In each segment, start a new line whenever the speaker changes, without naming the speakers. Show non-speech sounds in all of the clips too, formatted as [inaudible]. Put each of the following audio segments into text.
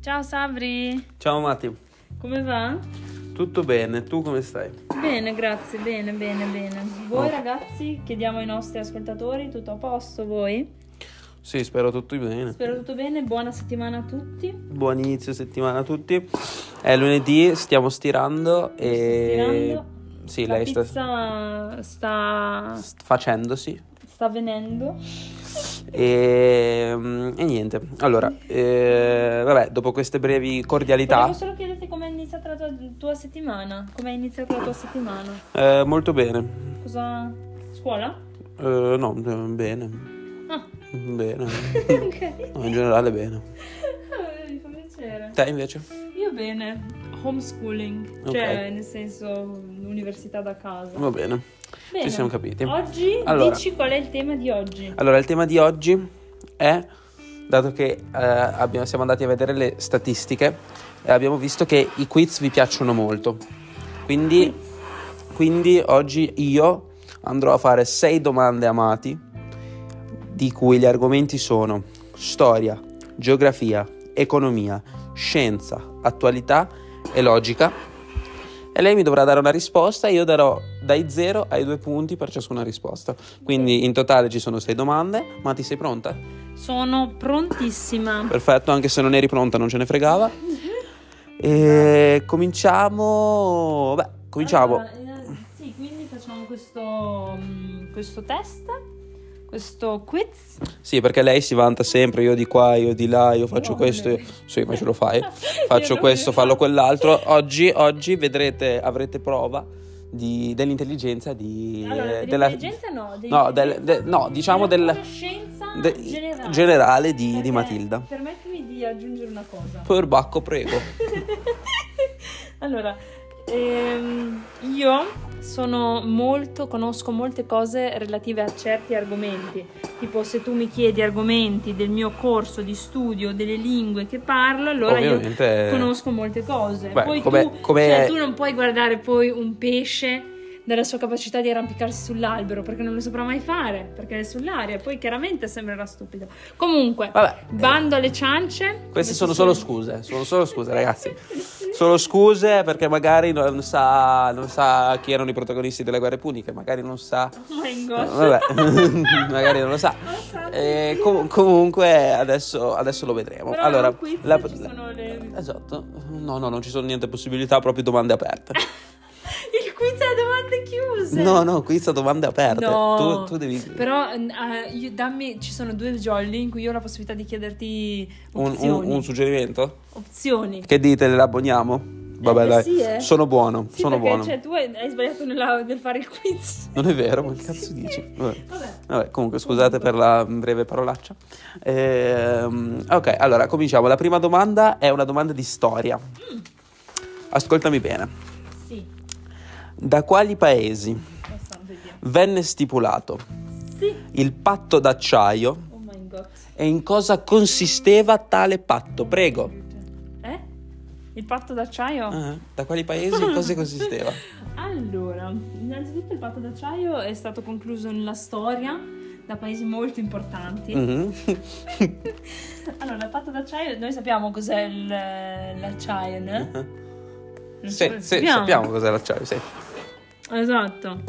Ciao Sabri,
Ciao Matti,
come va?
tutto bene? Tu come stai?
Bene, grazie, bene, bene, bene. Voi
Oh.
ragazzi, chiediamo ai nostri ascoltatori, tutto a posto voi?
Sì, spero tutto bene.
Spero tutto bene, buona settimana a tutti.
Buon inizio settimana a tutti. È lunedì, stiamo stirando
Io sto
e...
stirando.
Sì,
La
lei sta
pizza sta,
s- facendosi.
sta avvenendo.
E, mm, e niente, allora, eh, vabbè, dopo queste brevi cordialità,
Volevo solo chiederti com'è iniziata la tua, tua settimana. Com'è iniziata la tua settimana?
eh, molto bene.
Cosa... scuola?
Eh, no, eh, bene,
Ah, [laughs]
bene.
ok.
No, in generale bene.
Mi fa piacere.
Te invece?
Io bene, homeschooling,
Ok.
cioè nel senso l'università da casa.
Va bene.
Bene.
Ci siamo capiti.
Oggi
Allora.
dici qual è il tema di oggi.
Allora, il tema di oggi è, dato che eh, abbiamo- siamo andati a vedere le statistiche, eh, abbiamo visto che i quiz vi piacciono molto. Quindi, quindi oggi io andrò a fare sei domande a Mati, di cui gli argomenti sono storia, geografia, economia, scienza, attualità e logica. E lei mi dovrà dare una risposta e io darò dai 0 ai 2 punti per ciascuna risposta. Quindi in totale ci sono 6 domande. Ma ti sei pronta?
Sono prontissima.
Perfetto, anche se non eri pronta non ce ne fregava. Mm-hmm. E cominciamo... Beh, cominciamo.
Allora, eh, sì, quindi facciamo questo, mm, questo test, questo quiz.
Sì, perché lei si vanta sempre, io di qua, io di là, io faccio
No,
questo,
no.
io... Sì, ma ce lo fai.
Oh, [laughs] Io
Faccio
non
questo,
mi-
fallo quell'altro. Oggi, oggi vedrete, avrete prova di- dell'intelligenza di...
Allora,
eh,
dell'intelligenza no,
No, del-
dell'intelligenza,
de- no, diciamo
della
del-
conoscenza
de-
generale,
generale di- di
Perché-
Matilda.
Permettimi di aggiungere una cosa.
Per bacco, prego.
[laughs] allora, ehm, io sono molto, conosco molte cose relative a certi argomenti, tipo se tu mi chiedi argomenti del mio corso di studio, delle lingue che parlo, allora
Ovviamente-
io conosco molte cose.
Beh,
poi
come-
tu,
come-
cioè, tu non puoi guardare poi un pesce dalla sua capacità di arrampicarsi sull'albero perché non lo saprà mai fare perché è sull'aria poi chiaramente sembrerà stupido comunque
Vabbè. eh,
bando alle ciance
Queste
Come
sono
si
solo
suol- Oh
scuse, sono solo scuse ragazzi. Sono scuse perché magari non sa, non sa chi erano i protagonisti delle guerre puniche, magari non sa...
Oh my god.
Vabbè, [laughs] magari non lo sa.
Non so.
Eh, com- comunque adesso, adesso lo vedremo.
Però
allora,
nel quiz ci sono le-
Esatto, no, no, non ci sono niente possibilità, proprio domande
[laughs]
aperte.
Il quiz a domande chiuse.
No, no, qui sono domande aperte.
No.
Tu, tu devi...
Però eh, io- dammi, ci sono due jolly in cui io ho la possibilità di chiederti
Un,
opzioni.
un- un suggerimento?
opzioni.
Che dite, le abboniamo? Vabbè
Eh,
dai,
sì, eh.
sono buono,
Sì,
sono
perché,
buono.
Cioè, tu hai, hai sbagliato nella- nel fare il quiz.
Non è vero, ma che cazzo
Sì.
dici? Vabbè.
Vabbè.
Vabbè, comunque scusate per la breve parolaccia. Ehm, ok, allora cominciamo. La prima domanda è una domanda di storia. Ascoltami bene.
Sì,
Da quali paesi
adesso vediamo.
venne stipulato
Sì.
il patto d'acciaio
Oh my god.
e in cosa consisteva tale patto? Prego.
Eh? Il patto d'acciaio?
Ah, da quali paesi in cosa consisteva?
[laughs] Allora, innanzitutto il patto d'acciaio è stato concluso nella storia da paesi molto importanti.
Mhm.
Allora, il patto d'acciaio, noi sappiamo cos'è il, l'acciaio, no? Non so
Sì,
se
sì, sappiamo cos'è l'acciaio, sì.
Esatto.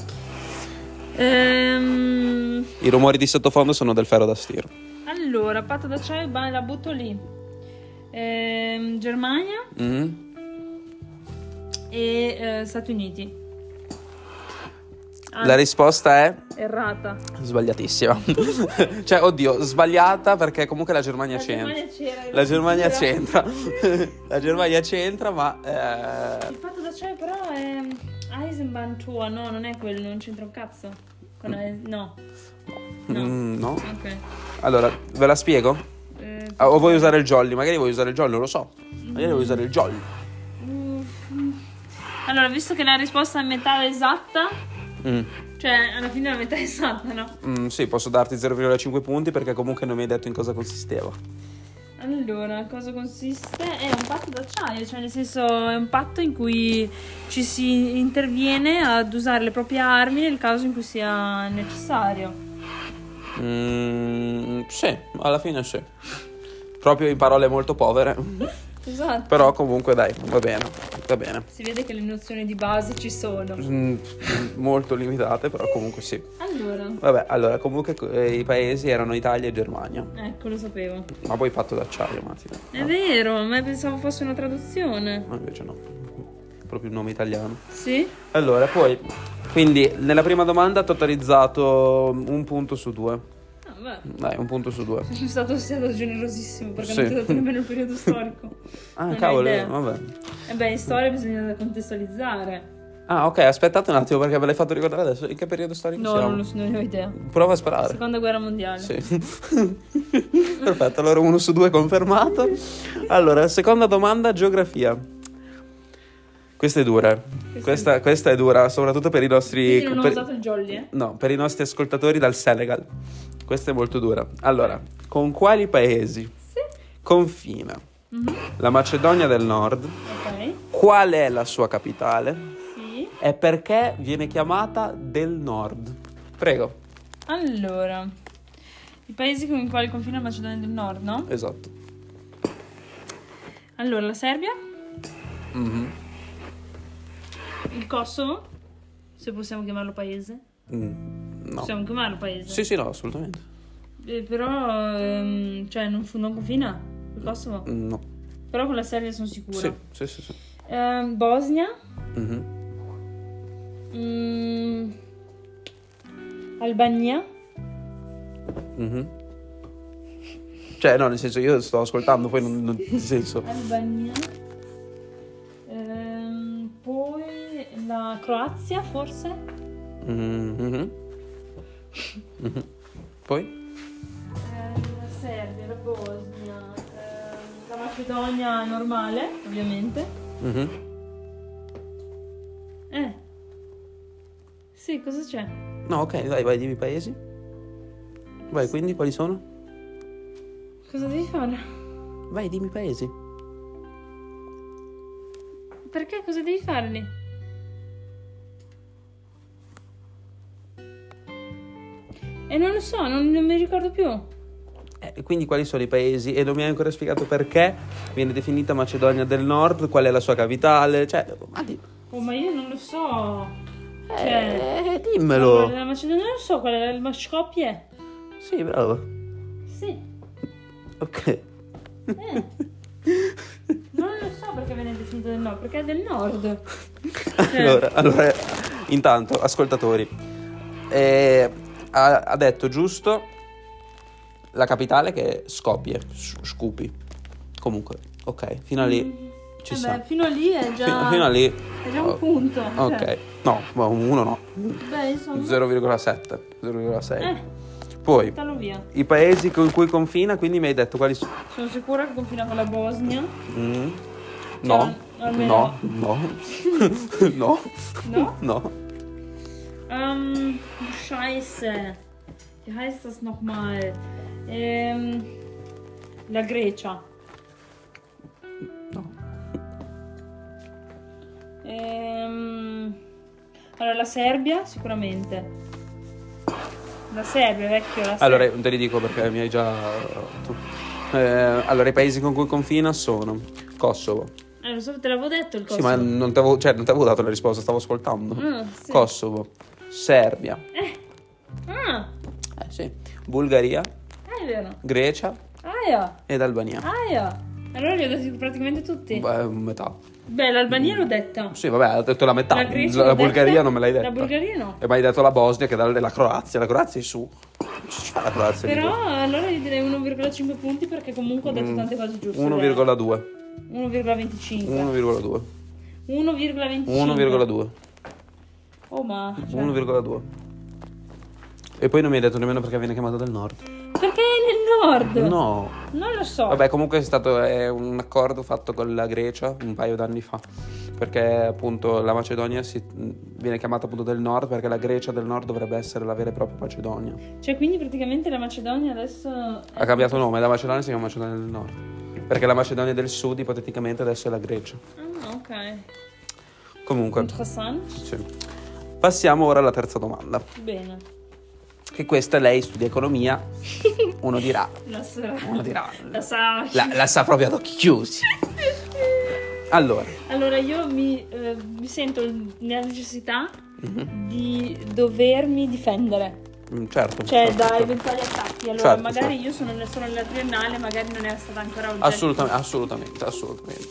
Ehm,
I rumori di sottofondo sono del ferro da stiro.
allora, patto d'acciaio, bah, la butto lì. Ehm, Germania
Mhm.
e eh, Stati Uniti. Ah,
La risposta è
errata.
Sbagliatissima. [laughs] cioè, oddio, sbagliata perché comunque la Germania
La
c'entra.
Germania c'era.
La Germania
era sicura.
c'entra. [laughs] la Germania c'entra, ma eh,
Il fatto d'acciaio però è mm, Eisenbahn tua, no, non è quello, non c'entra un cazzo. Con Eis- no, No.
mm, no.
ok.
Allora, ve la spiego?
Eh,
Ah, o vuoi usare il jolly? Magari vuoi usare il jolly, non lo so. Magari vuoi usare il jolly.
mm. Allora, visto che la risposta è metà esatta,
Mm,
cioè alla fine la metà [laughs] è esatta, no?
mm, sì, posso darti 0,5 punti perché comunque non mi hai detto in cosa consisteva.
Allora, cosa consiste? È un patto d'acciaio, cioè nel senso è un patto in cui ci si interviene ad usare le proprie armi nel caso in cui sia necessario.
Mm, sì, alla fine sì. Proprio in parole molto povere.
Esatto.
Però comunque dai, va bene, va bene.
Si vede che le nozioni di base ci sono.
Mm, Molto limitate, però comunque sì.
Allora,
Vabbè, allora comunque eh, i paesi erano Italia e Germania.
ecco, lo sapevo.
Ma poi patto d'acciaio, Mati.
È vero, ma pensavo fosse una traduzione.
Ma invece no, proprio un nome italiano.
Sì?
Allora, poi, quindi nella prima domanda ha totalizzato un punto su due.
Ah, beh.
Dai, un punto su due.
Sono stato, stato generosissimo perché non
Sì.
ti ho dato nemmeno il periodo storico.
Ah,
Non ho
cavolo,
idea.
vabbè.
E beh, in storia bisogna contestualizzare.
Ah, ok, aspettate un attimo perché ve l'hai fatto ricordare adesso. In che periodo storico
No,
siamo?
non, lo so, non ne ho idea.
Prova a sparare.
Seconda guerra mondiale.
Sì. [laughs] Perfetto, allora uno su due confermato. Allora, seconda domanda, geografia. Questa è dura. Questa, questa è dura, soprattutto per i nostri...
Quindi non ho
per-
usato il jolly, eh?
No, per i nostri ascoltatori dal Senegal. Questa è molto dura. Allora, con quali paesi
Sì. Mhm,
confina la Macedonia del Nord?
Ok.
Qual è la sua capitale?
Sì.
E perché viene chiamata del Nord? Prego.
Allora, i paesi con i quali confina la Macedonia del Nord, no?
Esatto.
Allora, la Serbia, Mm-hmm.
Mhm.
il Kosovo, se possiamo chiamarlo paese.
Mm, No.
Possiamo chiamarlo paese.
Sì, sì, no, assolutamente.
Eh, però, ehm, cioè, non, fu- non confina il Kosovo.
Mm, No.
Però con la Serbia sono sicura.
Sì, sì, sì. sì.
Ehm, Bosnia.
Mhm.
mm, Albania.
Mhm. Cioè, no, nel senso, io sto ascoltando, poi non, non- nel senso.
Albania. Ehm, poi la Croazia, forse.
Mhm. Mhm. Poi?
Ehm, la Serbia, la Bosnia. ehm, la Macedonia normale, ovviamente.
Mhm.
Eh. Sì, cosa c'è?
No, ok, vai, vai, dimmi i paesi. Vai, quindi quali sono?
Cosa devi fare?
Vai, dimmi i paesi.
Perché cosa devi fare lì? E non lo so, non, non mi ricordo più.
Eh, quindi quali sono i paesi? E non mi hai ancora spiegato perché viene definita Macedonia del Nord, qual è la sua capitale, cioè... Ma di-
Oh, ma io non lo so. Cioè,
eh, dimmelo.
la Macedonia non lo so qual è la- la Scopie. è.
Sì, bravo.
Sì,
Ok.
eh. non lo so perché viene definito del nord, perché è del nord.
[laughs]
Cioè.
Allora, allora, intanto, ascoltatori, eh, ha, ha detto giusto la capitale che è Skopje, S- Scupi. Comunque, ok, fino a lì ci
Mm, Vabbè,
sta.
fino a lì è già,
Fi- fino a lì. oh,
è già un punto.
Ok,
cioè.
no, ma uno no,
Beh, insomma,
0,7, 0,6.
Eh.
Poi,
buttalo via.
i paesi con cui confina, quindi mi hai detto quali sono...
Sono sicura che confina con la Bosnia.
Mm. No,
Cioè, almeno-
no,
[laughs]
no, [laughs] no,
No?
no.
Ähm, Scheiße. Wie heißt das nochmal? Ähm, la Grecia.
No.
Ehm, allora, la Serbia, sicuramente. La Serbia, vecchio, la Serbia.
Allora, te li dico perché mi hai già rotto. Eh, allora, i paesi con cui confina sono Kosovo.
Eh, lo so, te l'avevo detto il
Sì,
Kosovo.
ma non ti avevo, cioè, non t'avevo dato la risposta, stavo ascoltando.
Ah, sì. Eh.
Kosovo, Serbia,
Ah,
eh, sì. Bulgaria,
è vero.
Grecia
Aia,
ed
Ah,
Albania.
aia. Allora li ho detti praticamente tutti.
Beh, metà.
Beh, l'Albania l'ho detta.
Sì, vabbè, ho detto la metà.
La Grecia l'ho
Bulgaria
detta.
non me l'hai detta.
La Bulgaria no.
E mi hai detto la Bosnia che dà la Croazia. La Croazia è su. Ci fa la Croazia. lì.
Però allora io direi 1,5 punti perché comunque ho
Mm,
detto tante cose giuste.
1,2. Mm.
1,25.
1,2.
1,25.
1,2.
Oh ma... cioè,
1,2 e poi non mi hai detto nemmeno perché viene chiamato del nord
Perché è nel nord?
no
Non lo so.
vabbè comunque è stato è un accordo fatto con la Grecia un paio d'anni fa perché appunto la Macedonia si- viene chiamata appunto del nord perché la Grecia del nord dovrebbe essere la vera e propria Macedonia
Cioè quindi praticamente la Macedonia adesso...
ha cambiato nome la Macedonia si chiama Macedonia del nord perché la Macedonia del sud ipoteticamente adesso è la Grecia
Ah, ok.
comunque
Interessante.
sì. passiamo ora alla terza domanda
Bene. [laughs]
che questa lei studia economia, uno dirà,
La sa.
uno dirà,
La sa.
la, la sa proprio ad occhi chiusi. Allora,
Allora io mi, eh, mi sento nella necessità
mhm,
di dovermi difendere,
mm, certo.
cioè
certo,
da
certo.
eventuali attacchi. Allora
Certo,
magari
certo.
io sono nel- sono nella triennale, magari non è stata ancora oggetto.
Assolutamente, assolutamente, assolutamente.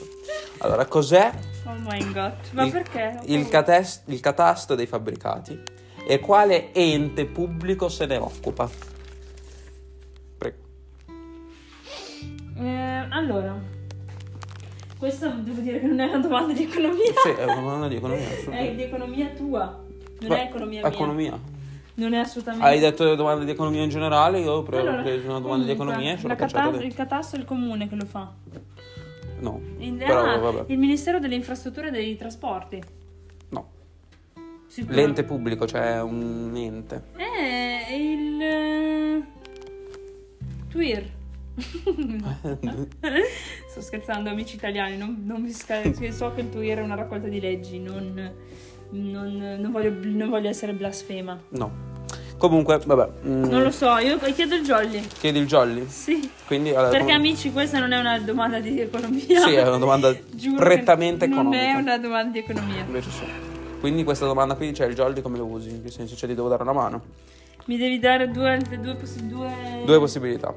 Allora, cos'è
Oh my god, ma
il,
perché? Ho
il,
paura.
cates- il catasto dei fabbricati e quale ente pubblico se ne occupa? Prego.
Eh, allora, questa devo dire che non è una domanda di economia.
Sì, è una
[laughs]
domanda di economia.
È
assolutamente.
Eh, di economia tua, non
Ma-
è economia mia.
Economia.
Non è assolutamente.
Hai detto le domande di economia in generale, io ho pre-
Allora,
ho preso una domanda
comunque,
di economia e ce l'ho
la
cacciata
cata- Il
dentro.
catasto è il comune che lo fa.
No,
In- ah,
però vabbè.
Il Ministero delle Infrastrutture e dei Trasporti.
No,
Sicuro.
l'ente pubblico, cioè un ente.
Eh, il. eh,
[laughs]
Twir. Sto scherzando, amici italiani. Non, non mi sca- che So che il Twir è una raccolta di leggi. Non, non- non voglio, non voglio essere blasfema.
No. Comunque, vabbè. mm,
Non lo so, io chiedo il jolly.
Chiedi il jolly.
Sì.
Quindi, allora,
Perché
come-
amici, questa non è una domanda di economia.
Sì, è una domanda
[laughs] Giuro che
prettamente economica.
Non è una domanda di economia.
Invece sì. Quindi questa domanda qui, cioè il jolly come lo usi? In che senso? Cioè ti devo dare una mano?
Mm. Mi devi dare due, due, possi- due...
Due possibilità.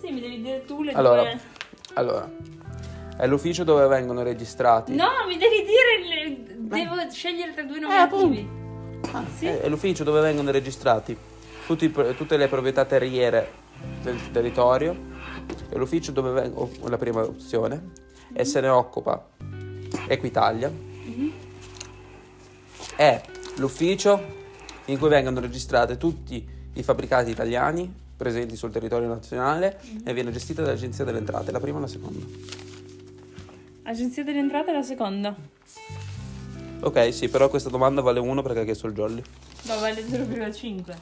Sì, mi devi dire tu le
Allora,
due.
allora, è l'ufficio dove vengono registrati.
No, mi devi dire. le- Devo scegliere tra due nominativi.
Eh, Ah,
sì.
È, è l'ufficio dove vengono registrati tutti i pro- tutte le proprietà terriere del territorio. È l'ufficio dove vengono. La prima opzione. E se ne occupa Equitalia. È l'ufficio in cui vengono registrati tutti i fabbricati italiani presenti sul territorio nazionale e viene gestita dall'Agenzia delle Entrate, la prima e la seconda.
Agenzia delle entrate è la seconda.
Ok, sì, però questa domanda vale uno perché ha chiesto il jolly.
No, vale 0,5.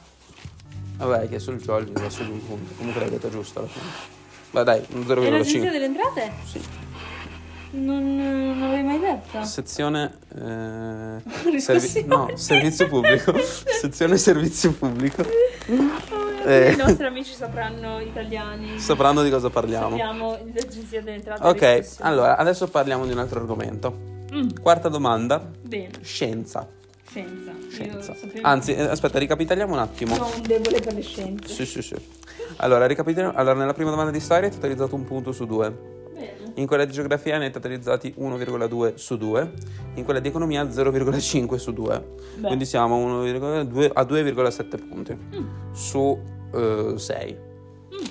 Vabbè, hai chiesto il jolly, adesso di un punto. Comunque l'hai detto giusto alla fine. Ma dai, un
E l'agenzia
0,5.
delle entrate?
Sì.
Non, non l'avevi mai detta. [laughs]
Sezione... Eh,
Riscossione.
no, servizio
[laughs]
pubblico. Sezione servizio pubblico. Eh.
I nostri amici sapranno italiani.
Sapranno di cosa parliamo.
Sappiamo l'agenzia delle entrate.
Ok,
riscossione.
allora, adesso parliamo di un altro argomento.
Mm,
Quarta domanda.
bene,
Scienza.
scienza. Io
Scienza.
sapevo-
Anzi, eh, aspetta, ricapitoliamo un attimo.
Sono un debole per le scienze.
Sì, sì, sì. Allora, ricapitoliamo. Allora, nella prima domanda di storia ti ho totalizzato un punto su due.
Bene.
In quella di geografia ne hai totalizzati 1,2 su 2, in quella di economia 0,5 su 2.
Beh.
Quindi siamo a 1,2 a 2,7 punti
Mm,
su 6.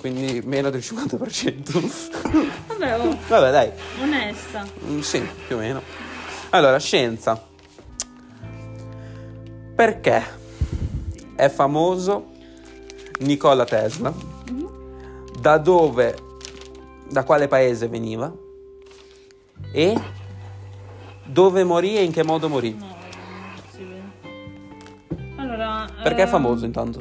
Quindi meno del 50%.
Vabbè, oh,
[laughs] Vabbè, dai.
onesta.
Mm, Sì, più o meno. Allora, scienza. Perché è famoso Nikola Tesla? Mm-hmm. Da dove, da quale paese veniva? E dove morì e in che modo morì?
No, sì, bene. Allora,
Perché è
ehm,
famoso intanto?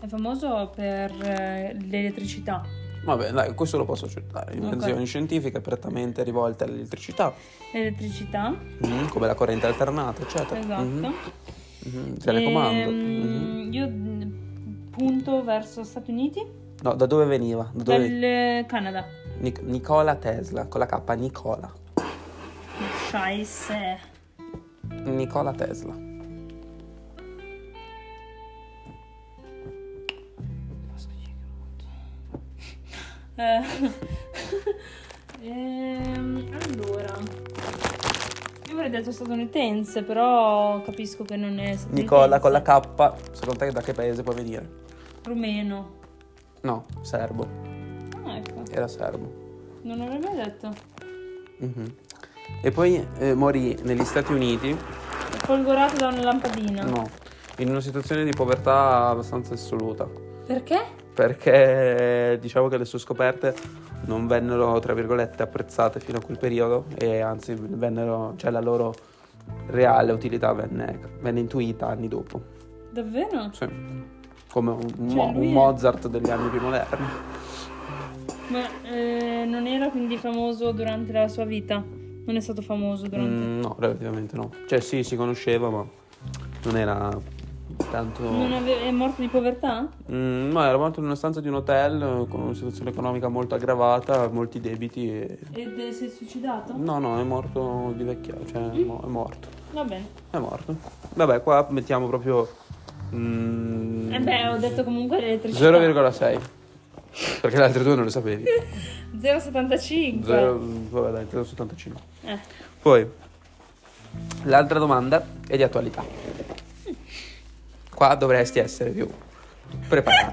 È famoso per eh, l'elettricità.
Vabbè, dai, questo lo posso accettare. Invenzioni scientifiche prettamente rivolte all'elettricità,
L'elettricità,
mhm, come la corrente alternata, eccetera.
esatto.
Mhm, mhm, Telecomando. mhm.
Ehm, Io mh, punto verso Stati Uniti,
No, da dove veniva? Da dove-
dal Canada.
Nic- Nicola Tesla, con la K, Nicola.
Scheisse.
Nicola Tesla.
Eh, [laughs] ehm, allora, io avrei detto statunitense, però capisco che non è statunitense.
Nicola con la K, secondo te da che paese può venire?
Rumeno.
No, serbo.
Ah, ecco,
Era serbo.
non l'avrei mai detto.
Mhm. E poi eh, morì negli Stati Uniti,
Folgorato da una lampadina.
no, in una situazione di povertà abbastanza assoluta.
Perché?
Perché diciamo che le sue scoperte non vennero, tra virgolette, apprezzate fino a quel periodo e anzi vennero, cioè la loro reale utilità venne, venne intuita anni dopo.
Davvero?
Sì. Come un,
Cioè,
Mo-
lui è-
un
Ah,
Mozart degli anni più moderni.
Ma eh, non era quindi famoso durante la sua vita? Non è stato famoso durante...
Mm, no, relativamente no. Cioè, sì, si conosceva, ma non era Tanto...
Non ave- è morto di povertà?
Mm, no, era morto in una stanza di un hotel eh, con una situazione economica molto aggravata, molti debiti e...
Ed eh, si è suicidato?
No, no, è morto di vecchia, cioè è mo- è morto.
Va bene.
È morto. Vabbè, qua mettiamo proprio... mm,
E Eh beh, ho detto comunque l'elettricità.
0,6. Perché le altre due non le sapevi.
0,75.
Zero- vabbè, dai, 0,75.
Eh. [laughs]
Poi, l'altra domanda è di attualità. Qua dovresti essere più preparato.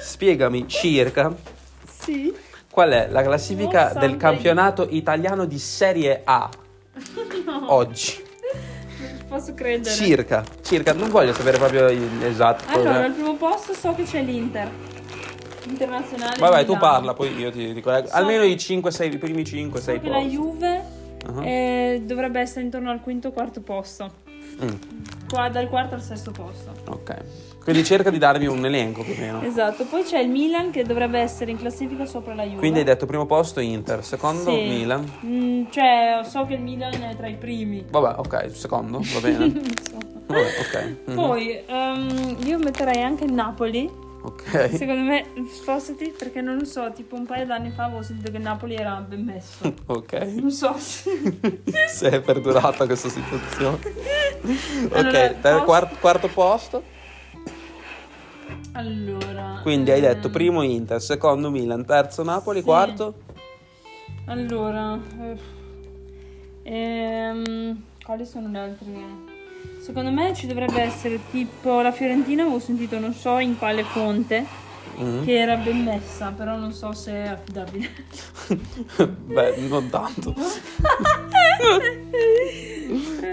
Spiegami circa
Sì.
qual è la classifica
Mossa
del
anche-
campionato italiano di Serie A
No.
oggi.
Non ci posso credere.
Circa, circa, non voglio sapere proprio il- esatto.
Allora, al
eh.
primo posto so che c'è l'Inter. Internazionale.
Vabbè, tu
Milano.
parla, poi io ti dico. eh,
So-
Almeno i 5, 6, i primi 5,
So
6
che la
posti.
Juve
Ah.
eh, dovrebbe essere intorno al quinto o quarto posto.
Mm,
Qua dal quarto al sesto posto.
ok. Quindi cerca di darmi un elenco più o meno.
Esatto, poi c'è il Milan che dovrebbe essere in classifica sopra la Juve.
Quindi hai detto primo posto Inter, secondo
Sì.
Milan.
Mm, cioè, so che il Milan è tra i primi.
Vabbè, ok, secondo, va
[laughs]
bene.
Insomma.
Vabbè, ok. mhm,
Poi ehm, io metterei anche il Napoli.
Ok.
Secondo me, spostati perché non lo so, tipo un paio d'anni fa avevo sentito che il Napoli era ben
[laughs]
messo.
Ok.
Non so se...
Se è perdurata questa situazione. Ok,
Allora,
per
posso-
quar- quarto posto.
Allora...
Quindi hai
ehm,
detto primo Inter, secondo Milan, terzo Napoli,
Sì.
quarto.
Allora... eh, ehm, quali sono le altre? Secondo me ci dovrebbe essere tipo la Fiorentina, avevo sentito non so in quale fonte,
Mhm.
che era ben messa, però non so se è affidabile.
Beh, non tanto. [laughs]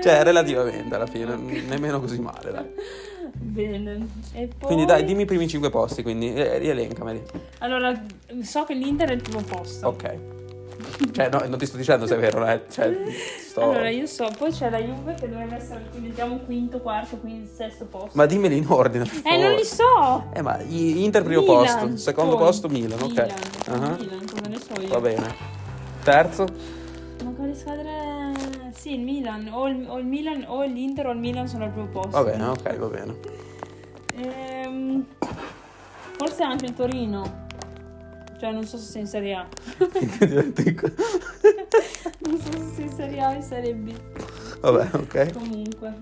Cioè, relativamente alla fine, nemmeno così male, dai.
Bene. E poi...
Quindi dai, dimmi i primi 5 posti, quindi eh, rielencameli.
Allora, so che l'Inter è il primo posto.
Ok. Cioè, no, non ti sto dicendo se è vero, eh. Cioè, sto...
Allora, io so, poi c'è la Juve che dovrebbe essere, quindi mettiamo quinto, quarto, quindi sesto posto.
Ma dimmeli in ordine, per
eh, non
favore.
li so!
Eh, ma i- Inter primo
Milan,
posto, secondo
poi.
posto Milan, ok.
Milan,
Ah,
Milan, come ne so io.
Va bene. Terzo?
Ma quale squadra... Sì, il Milan, o il, o il Milan, o l'Inter, o il Milan sono al primo posto.
Va bene, ok,
[laughs]
va bene.
Ehm, forse anche il Torino. Cioè, non so se sei in Serie A. [laughs] non so se sei in Serie A o in Serie B.
Vabbè, ok.
Comunque.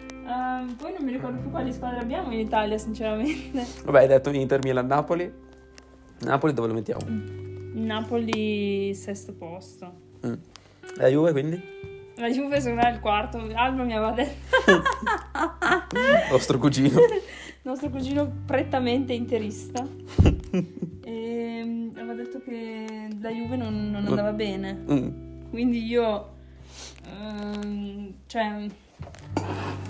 Ehm, poi non mi ricordo più quali squadre abbiamo in Italia, sinceramente.
Vabbè, hai detto Inter, Milan, Napoli. Napoli dove lo mettiamo?
Napoli, sesto posto.
Mm. La Juve, quindi?
La Juve secondo me è il quarto. Alba mi aveva detto.
[laughs]
[laughs] Eh.
Vostro cugino.
Nostro cugino prettamente
[laughs]
interista. Ehm, aveva detto che la Juve non, non andava bene.
Mm.
Quindi io. ehm, cioè.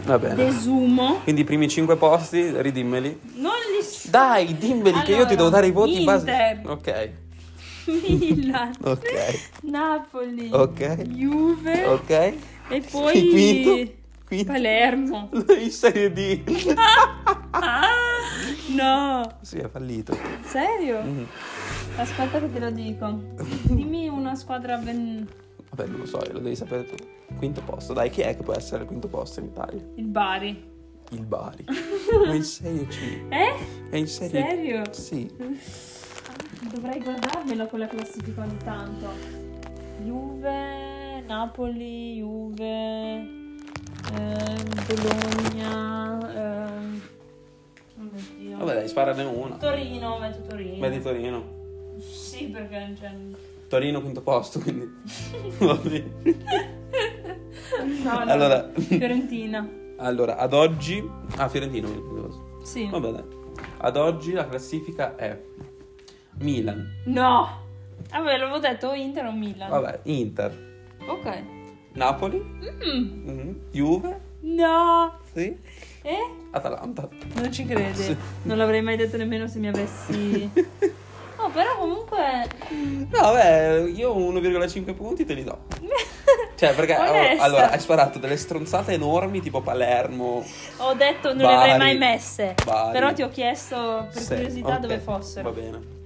Va bene.
Desumo.
Quindi i primi 5 posti, ridimmeli.
Non li so.
Dai, dimmeli che io
Allora,
ti devo dare i voti in base...
Inter. Eh.
Ok,
Milan.
ok,
Napoli.
Ok.
Juve.
ok.
E
Il
poi.
quinto? Quinto?
Palermo.
[laughs] In Serie D.
Ah, no,
Sì, è fallito.
serio?
Mm.
Aspetta che te lo dico. Dimmi una squadra ben...
Vabbè, non lo so, lo devi sapere tu. Quinto posto, dai, chi è che può essere il quinto posto in Italia?
il Bari. [laughs]
Il Bari. Ma in Serie C.
Eh?
È in Serie
Serio?
Sì.
Dovrei guardarmela quella classifica ogni tanto. Juve, Napoli, Juve, ehm, Bologna. ehm, oh mio Dio.
Vabbè, dai, sparane una.
Torino, metto Torino.
Metti Torino.
Sì, perché cioè,
Torino quinto posto, quindi. [laughs] Va bene.
No, no.
Allora.
Fiorentina.
Allora, ad oggi. Ah, Fiorentino. quindi quinto posto.
Sì.
Vabbè, dai. Ad oggi la classifica è Milan.
No! Vabbè, l'avevo detto o Inter o Milan.
Vabbè, Inter.
Ok.
Napoli.
Mm.
mhm, Juve.
No!
Sì.
Eh?
Atalanta.
Non ci credi.
Sì.
Non l'avrei mai detto nemmeno se mi
[laughs]
avessi... No, però comunque...
No, vabbè, io 1,5 punti te li do. [laughs] Cioè, perché
Onesta.
allora, allora, hai sparato delle stronzate enormi tipo Palermo.
Ho detto non le
Bari.
avrei mai messe.
Bari.
Però ti ho chiesto per
Sì,
curiosità
ok,
dove fossero.
Va bene.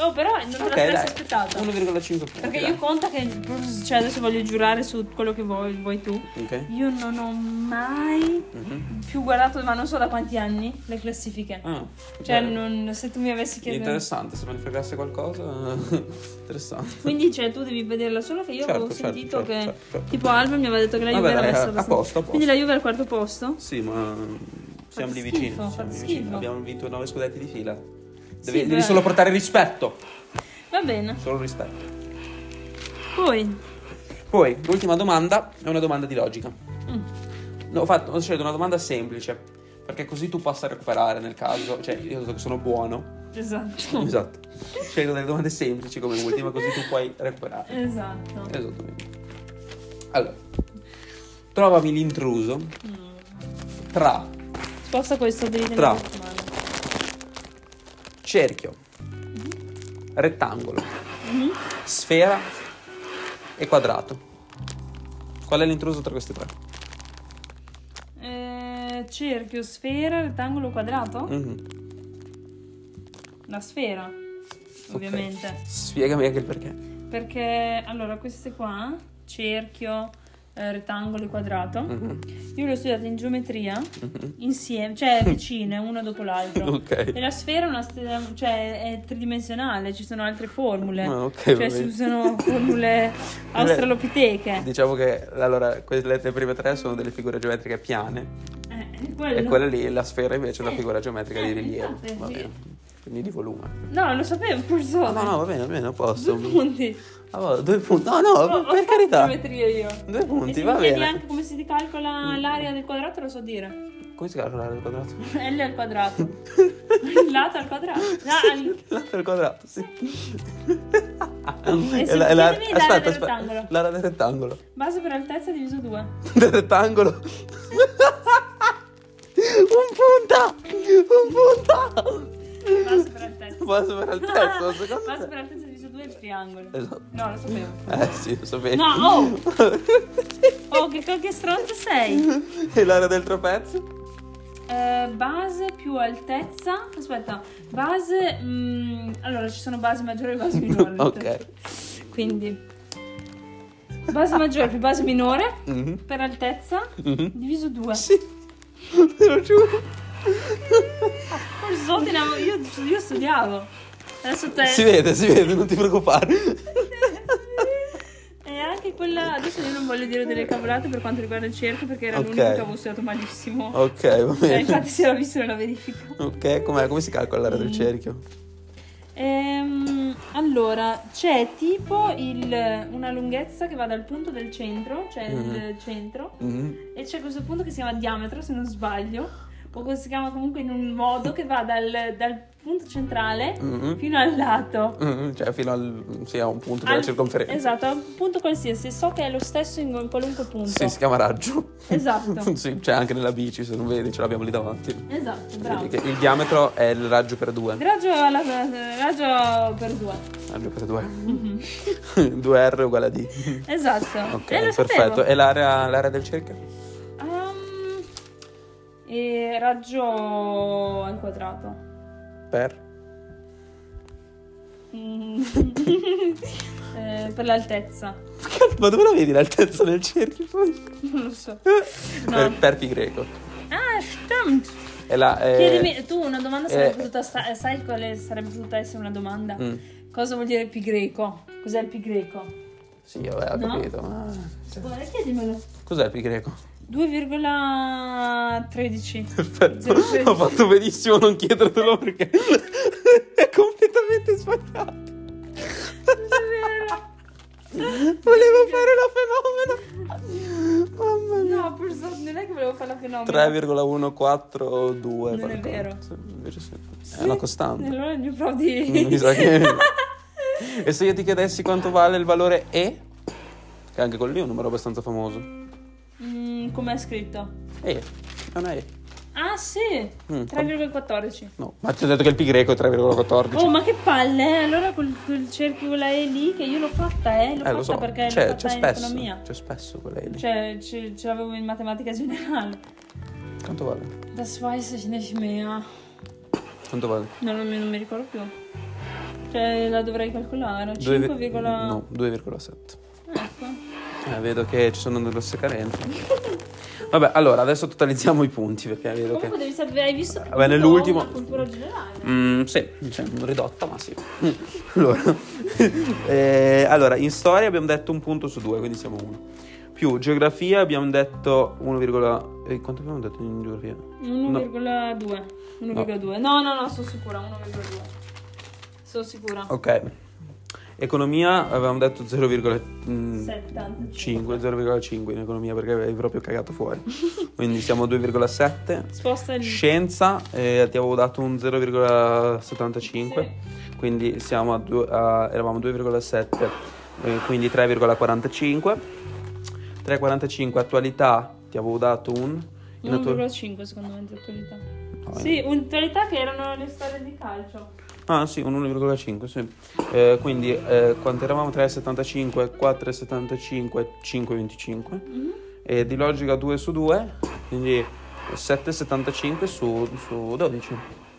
Oh, però non te la
Ok,
saresti
dai.
aspettata.
1,5 punti.
Perché
dai.
io conta che cioè adesso voglio giurare su quello che vuoi, vuoi tu.
Ok.
Io non ho mai
Mhm.
più guardato, ma non so da quanti anni, le classifiche.
Ah,
Cioè,
beh,
non- se tu mi avessi chiesto.
Interessante, se me ne fregasse qualcosa. [laughs] interessante.
Quindi, cioè, tu devi vederla solo che io
Certo,
avevo
certo,
sentito
certo,
che.
certo, certo.
Tipo, Alba mi aveva detto che la
Vabbè,
Juve era
dai,
messa
a- a
abbastanza.
posto, a posto.
Quindi, la Juve è al quarto posto?
Sì, ma siamo lì
schifo,
vicini.
fate
siamo lì
schifo.
vicini. Abbiamo vinto 9 scudetti di fila. Devi,
Sì,
devi
beh.
solo portare rispetto.
Va bene.
Solo rispetto.
Poi,
Poi, l'ultima domanda è una domanda di logica.
mm,
No, ho, fatto, ho scelto una domanda semplice. Perché così tu possa recuperare nel caso. Cioè, io so che sono buono.
esatto.
Esatto. Scelgo delle domande semplici come ultima, così tu puoi recuperare.
Esatto.
Eh. Esattamente. Allora, trovami l'intruso
Mm.
tra
Sposta questo, devi tenere
Tra.
questa mano.
cerchio, rettangolo,
Mm-hmm.
sfera e quadrato. Qual è l'intruso tra questi tre?
Eh, cerchio, sfera, rettangolo, quadrato?
Mhm.
La sfera, ovviamente.
Ok. Spiegami anche il perché.
Perché allora queste qua, cerchio, eh, rettangolo e quadrato,
Mhm.
io le ho studiate in geometria
Mhm.
insieme, cioè vicine, una dopo l'altra. E
[laughs] Ok.
la sfera è, una st- cioè, è tridimensionale, ci sono altre formule.
Ah, ok, va
cioè
bene.
si usano
[laughs]
formule australopiteche.
Diciamo che allora quelle le prime tre sono delle figure geometriche piane
Eh,
e
quello.
quella lì, la sfera invece è una
Eh.
figura geometrica
Eh,
di rilievo.
infatti,
Va
sì.
bene. Quindi di volume.
No, lo sapevo,
No,
professore.
no, no, va bene, va bene, a
Due
posto.
punti. Oh,
Ah, va, due punti. No, no,
Ho- ho fatto
per carità.
geometria io.
Due
e
punti,
se
va
mi chiedi
bene.
anche come si calcola l'area del quadrato, lo so dire. [laughs]
Come si calcola l'area al quadrato?
L al quadrato.
[laughs]
Il lato al quadrato. No, Ah, al-
L'area al quadrato, sì.
E se
È la- è la-
chiedimi l'area
aspetta,
del
aspetta.
rettangolo.
L'area del rettangolo. [laughs]
Base per altezza diviso 2.
Del rettangolo. [laughs] un punta! Un
Base per altezza. [laughs]
punta! Base per
Ah.
altezza, secondo
Base
me.
per altezza diviso 2 è il triangolo.
Esatto.
No, lo sapevo.
Eh sì, lo sapevi.
No, oh! Oh, che, che stronzo sei!
[laughs] e l'area del trapezio?
Eh, base più altezza. Aspetta, base. mm, allora ci sono basi maggiori e basi minori.
[laughs] Ok.
Quindi. Base maggiore più base minore
Mhm.
per altezza
Mhm.
diviso 2.
Sì. Te lo giuro.
[laughs] Forse te ne avevo- io, io studiavo. Adesso te.
Si vede, si vede, non ti
[laughs]
preoccupare.
E anche quella. Adesso io non voglio dire delle cavolate per quanto riguarda il cerchio, perché era
Ok.
l'unico che avevo studiato malissimo.
Ok, va
Cioè,
bene.
infatti, Mm. si era visto nella verifica.
Ok, com'è? come si calcola l'area del cerchio?
Ehm, allora, c'è tipo il- una lunghezza che va dal punto del centro, cioè il centro,
Mhm.
e c'è questo punto che si chiama diametro, se non sbaglio, o che si chiama comunque in un modo che va dal, dal punto centrale
Mhm.
fino al lato.
Mhm, Cioè fino al, sì, a un punto della
Al-
circonferenza.
Esatto, a un punto qualsiasi, so che è lo stesso in qualunque punto.
Sì, si chiama raggio. [laughs]
Esatto.
sì, c'è anche nella bici, se non vedi, ce l'abbiamo lì davanti.
Esatto, bravo.
Vedi che il diametro è il raggio per due.
Raggio, alla- raggio per due. Mhm.
Raggio per due. [laughs] 2R uguale
[laughs]
a D.
Esatto.
Ok,
Mm. Eh, lo
perfetto.
sapevo.
E l'area, l'area del cerchio?
Ehm, e raggio al quadrato.
Per? [laughs]
Mm. [laughs] Eh, per l'altezza.
Ma dove la vedi l'altezza del cerchio? poi?
Non lo so.
Per, per pi greco.
Ah, stimmt.
E la, eh,
Chiedimi, tu una domanda sarebbe
eh,
potuta sta- eh, sai quale sarebbe potuta essere una domanda?
mm.
Cosa vuol dire pi greco? Cos'è il pi greco?
Sì, vabbè, ho
No?
capito. Ma... cioè,
Guarda, chiedimelo.
Cos'è il pi greco? [laughs]
2,13.
Perfetto,
Zero sei.
ho fatto benissimo a non chiedertelo perché [laughs] è completamente sbagliato. [laughs] Volevo fare la fenomena. Mamma mia.
No, per so- non è che volevo fare la fenomena.
3,142.
Non è
qualcosa.
vero.
Sì, invece sì.
Sì.
È una costante.
Allora il mio prof
[laughs] Mi
di...
sa che... e se io ti chiedessi quanto vale il valore E? Che anche quello lì è un numero abbastanza famoso.
Mm, Com'è scritto?
E. Eh, Non è E.
Ah sì,
Mm,
3,14.
No, ma ti ho detto che il pi greco è 3,14.
Oh, ma che palle! eh? Allora quel, quel cerchio quella E lì che io l'ho fatta, eh? L'ho
eh,
fatta
lo so.
perché l'ho
C'è,
fatta
c'è
in
spesso.
economia.
C'è spesso quella E lì.
Cioè, ce, ce l'avevo in matematica generale.
Quanto vale?
Das weiß ich nicht mehr.
Quanto vale?
No, non, mi, non mi ricordo più. Cioè la dovrei calcolare,
Due ve-
5,
No, 2,7.
ecco.
Eh, vedo che ci sono delle grosse carenze. [laughs] Vabbè, allora adesso totalizziamo i punti perché vedo
Comunque
che.
devi sapere, hai visto che
Va Ah, bene,
ho
l'ultimo.
una cultura generale.
Mm, sì, diciamo ridotta, ma sì. [laughs] Mm, Allora. [laughs] Eh, allora, in storia abbiamo detto un punto su due, quindi siamo uno. Più geografia abbiamo detto 1, eh, quanto abbiamo detto in geografia?
1,2. 1,2. No. no, no, sono sicura, 1,2. Sono sicura.
Ok. Economia avevamo detto mm, 0,5,
75.
0,5 in economia perché avevi proprio cagato fuori. Quindi siamo a 2,7.
Sposta il
Scienza, eh, ti avevo dato un 0,75, quindi siamo a due- a- eravamo 2,7, eh, quindi 3,45. 3,45 attualità, ti avevo dato un... in attu-
1,5 secondo me di attualità.
no,
Sì, attualità che erano le storie di calcio.
Ah sì, un 1,5, sì. Eh, quindi eh, quanto eravamo? 3,75, 4,75, 5,25.
Mhm.
E di logica 2 su 2, quindi 7,75 su, su 12.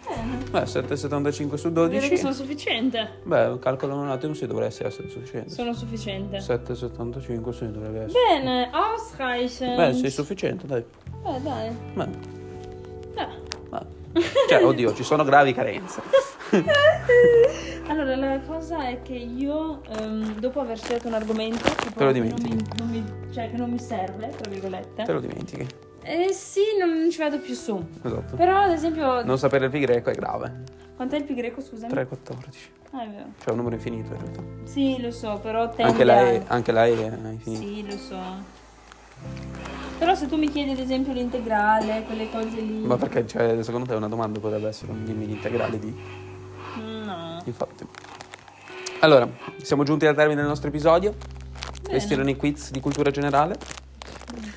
Bene.
Beh, 7,75 su
Direi che sono
12.
sufficiente.
Beh, calcolo un attimo se dovrebbe essere sufficiente.
Sono sufficiente.
7,75 sì, dovrebbe essere.
Bene, ausreichend.
Beh, sei sufficiente, dai.
Beh, dai.
Beh,
Dai.
beh.
[laughs]
Cioè, oddio, ci sono gravi carenze.
Allora, la cosa è che io, ehm, dopo aver scelto un argomento che
Te lo
proprio non mi-
dimentichi.
non mi- cioè, che non mi serve, tra virgolette,
Te lo dimentichi.
eh sì, non ci vado più su.
Esatto.
Però, ad esempio,
Non sapere il pi greco è grave.
quant'è il pi greco, scusami?
3,14.
Ah, è vero.
Cioè un numero infinito in realtà.
Sì, lo so, però tende
Anche la, E,
a-
anche la E è infinita.
Sì, lo so. Però se tu mi chiedi, ad esempio, l'integrale, quelle cose lì...
Ma perché, cioè, secondo te una domanda potrebbe essere un dimmi integrale di...
No.
Infatti. Allora, siamo giunti al termine del nostro episodio. Questi
Bene.
erano i quiz di cultura generale.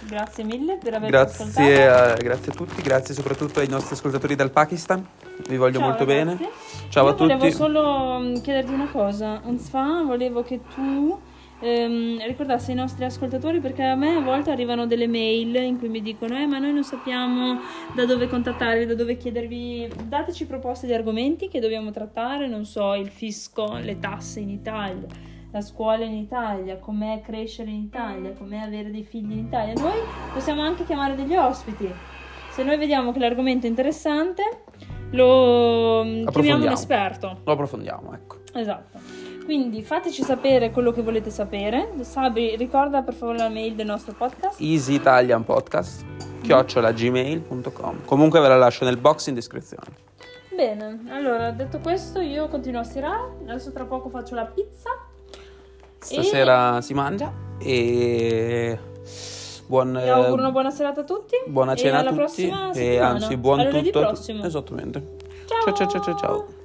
Grazie mille per avermi
Grazie eh,
ascoltato.
a, grazie a tutti, grazie soprattutto ai nostri ascoltatori dal Pakistan. Vi voglio
Ciao,
molto
ragazzi.
bene. Ciao
Io
a tutti.
Volevo solo mm, chiederti una cosa. Anzfa, volevo che tu ehm, ricordassi ai nostri ascoltatori perché a me a volte arrivano delle mail in cui mi dicono: Eh, ma noi non sappiamo da dove contattarvi, da dove chiedervi. Dateci proposte di argomenti che dobbiamo trattare, non so, il fisco, le tasse in Italia. La scuola in Italia, com'è crescere in Italia, com'è avere dei figli in Italia. Noi possiamo anche chiamare degli ospiti. Se noi vediamo che l'argomento è interessante, lo mm, chiamiamo un
Approfondiamo.
esperto.
Lo approfondiamo, ecco.
Esatto. Quindi fateci sapere quello che volete sapere. Sabri, ricorda per favore la mail del nostro podcast.
Easy Italian Podcast chiocciola gmail.com comunque ve la lascio nel box in descrizione
Bene, allora detto questo io continuo a stirare, adesso tra poco faccio la pizza.
stasera si mangia e buon eh,
Vi auguro una buona serata a tutti.
buona
e
cena a
alla
tutti
prossima
e
settimana.
anzi buon
a lunedì
tutto a tu-
prossimo.
esattamente
Ciao.
ciao ciao ciao ciao, ciao.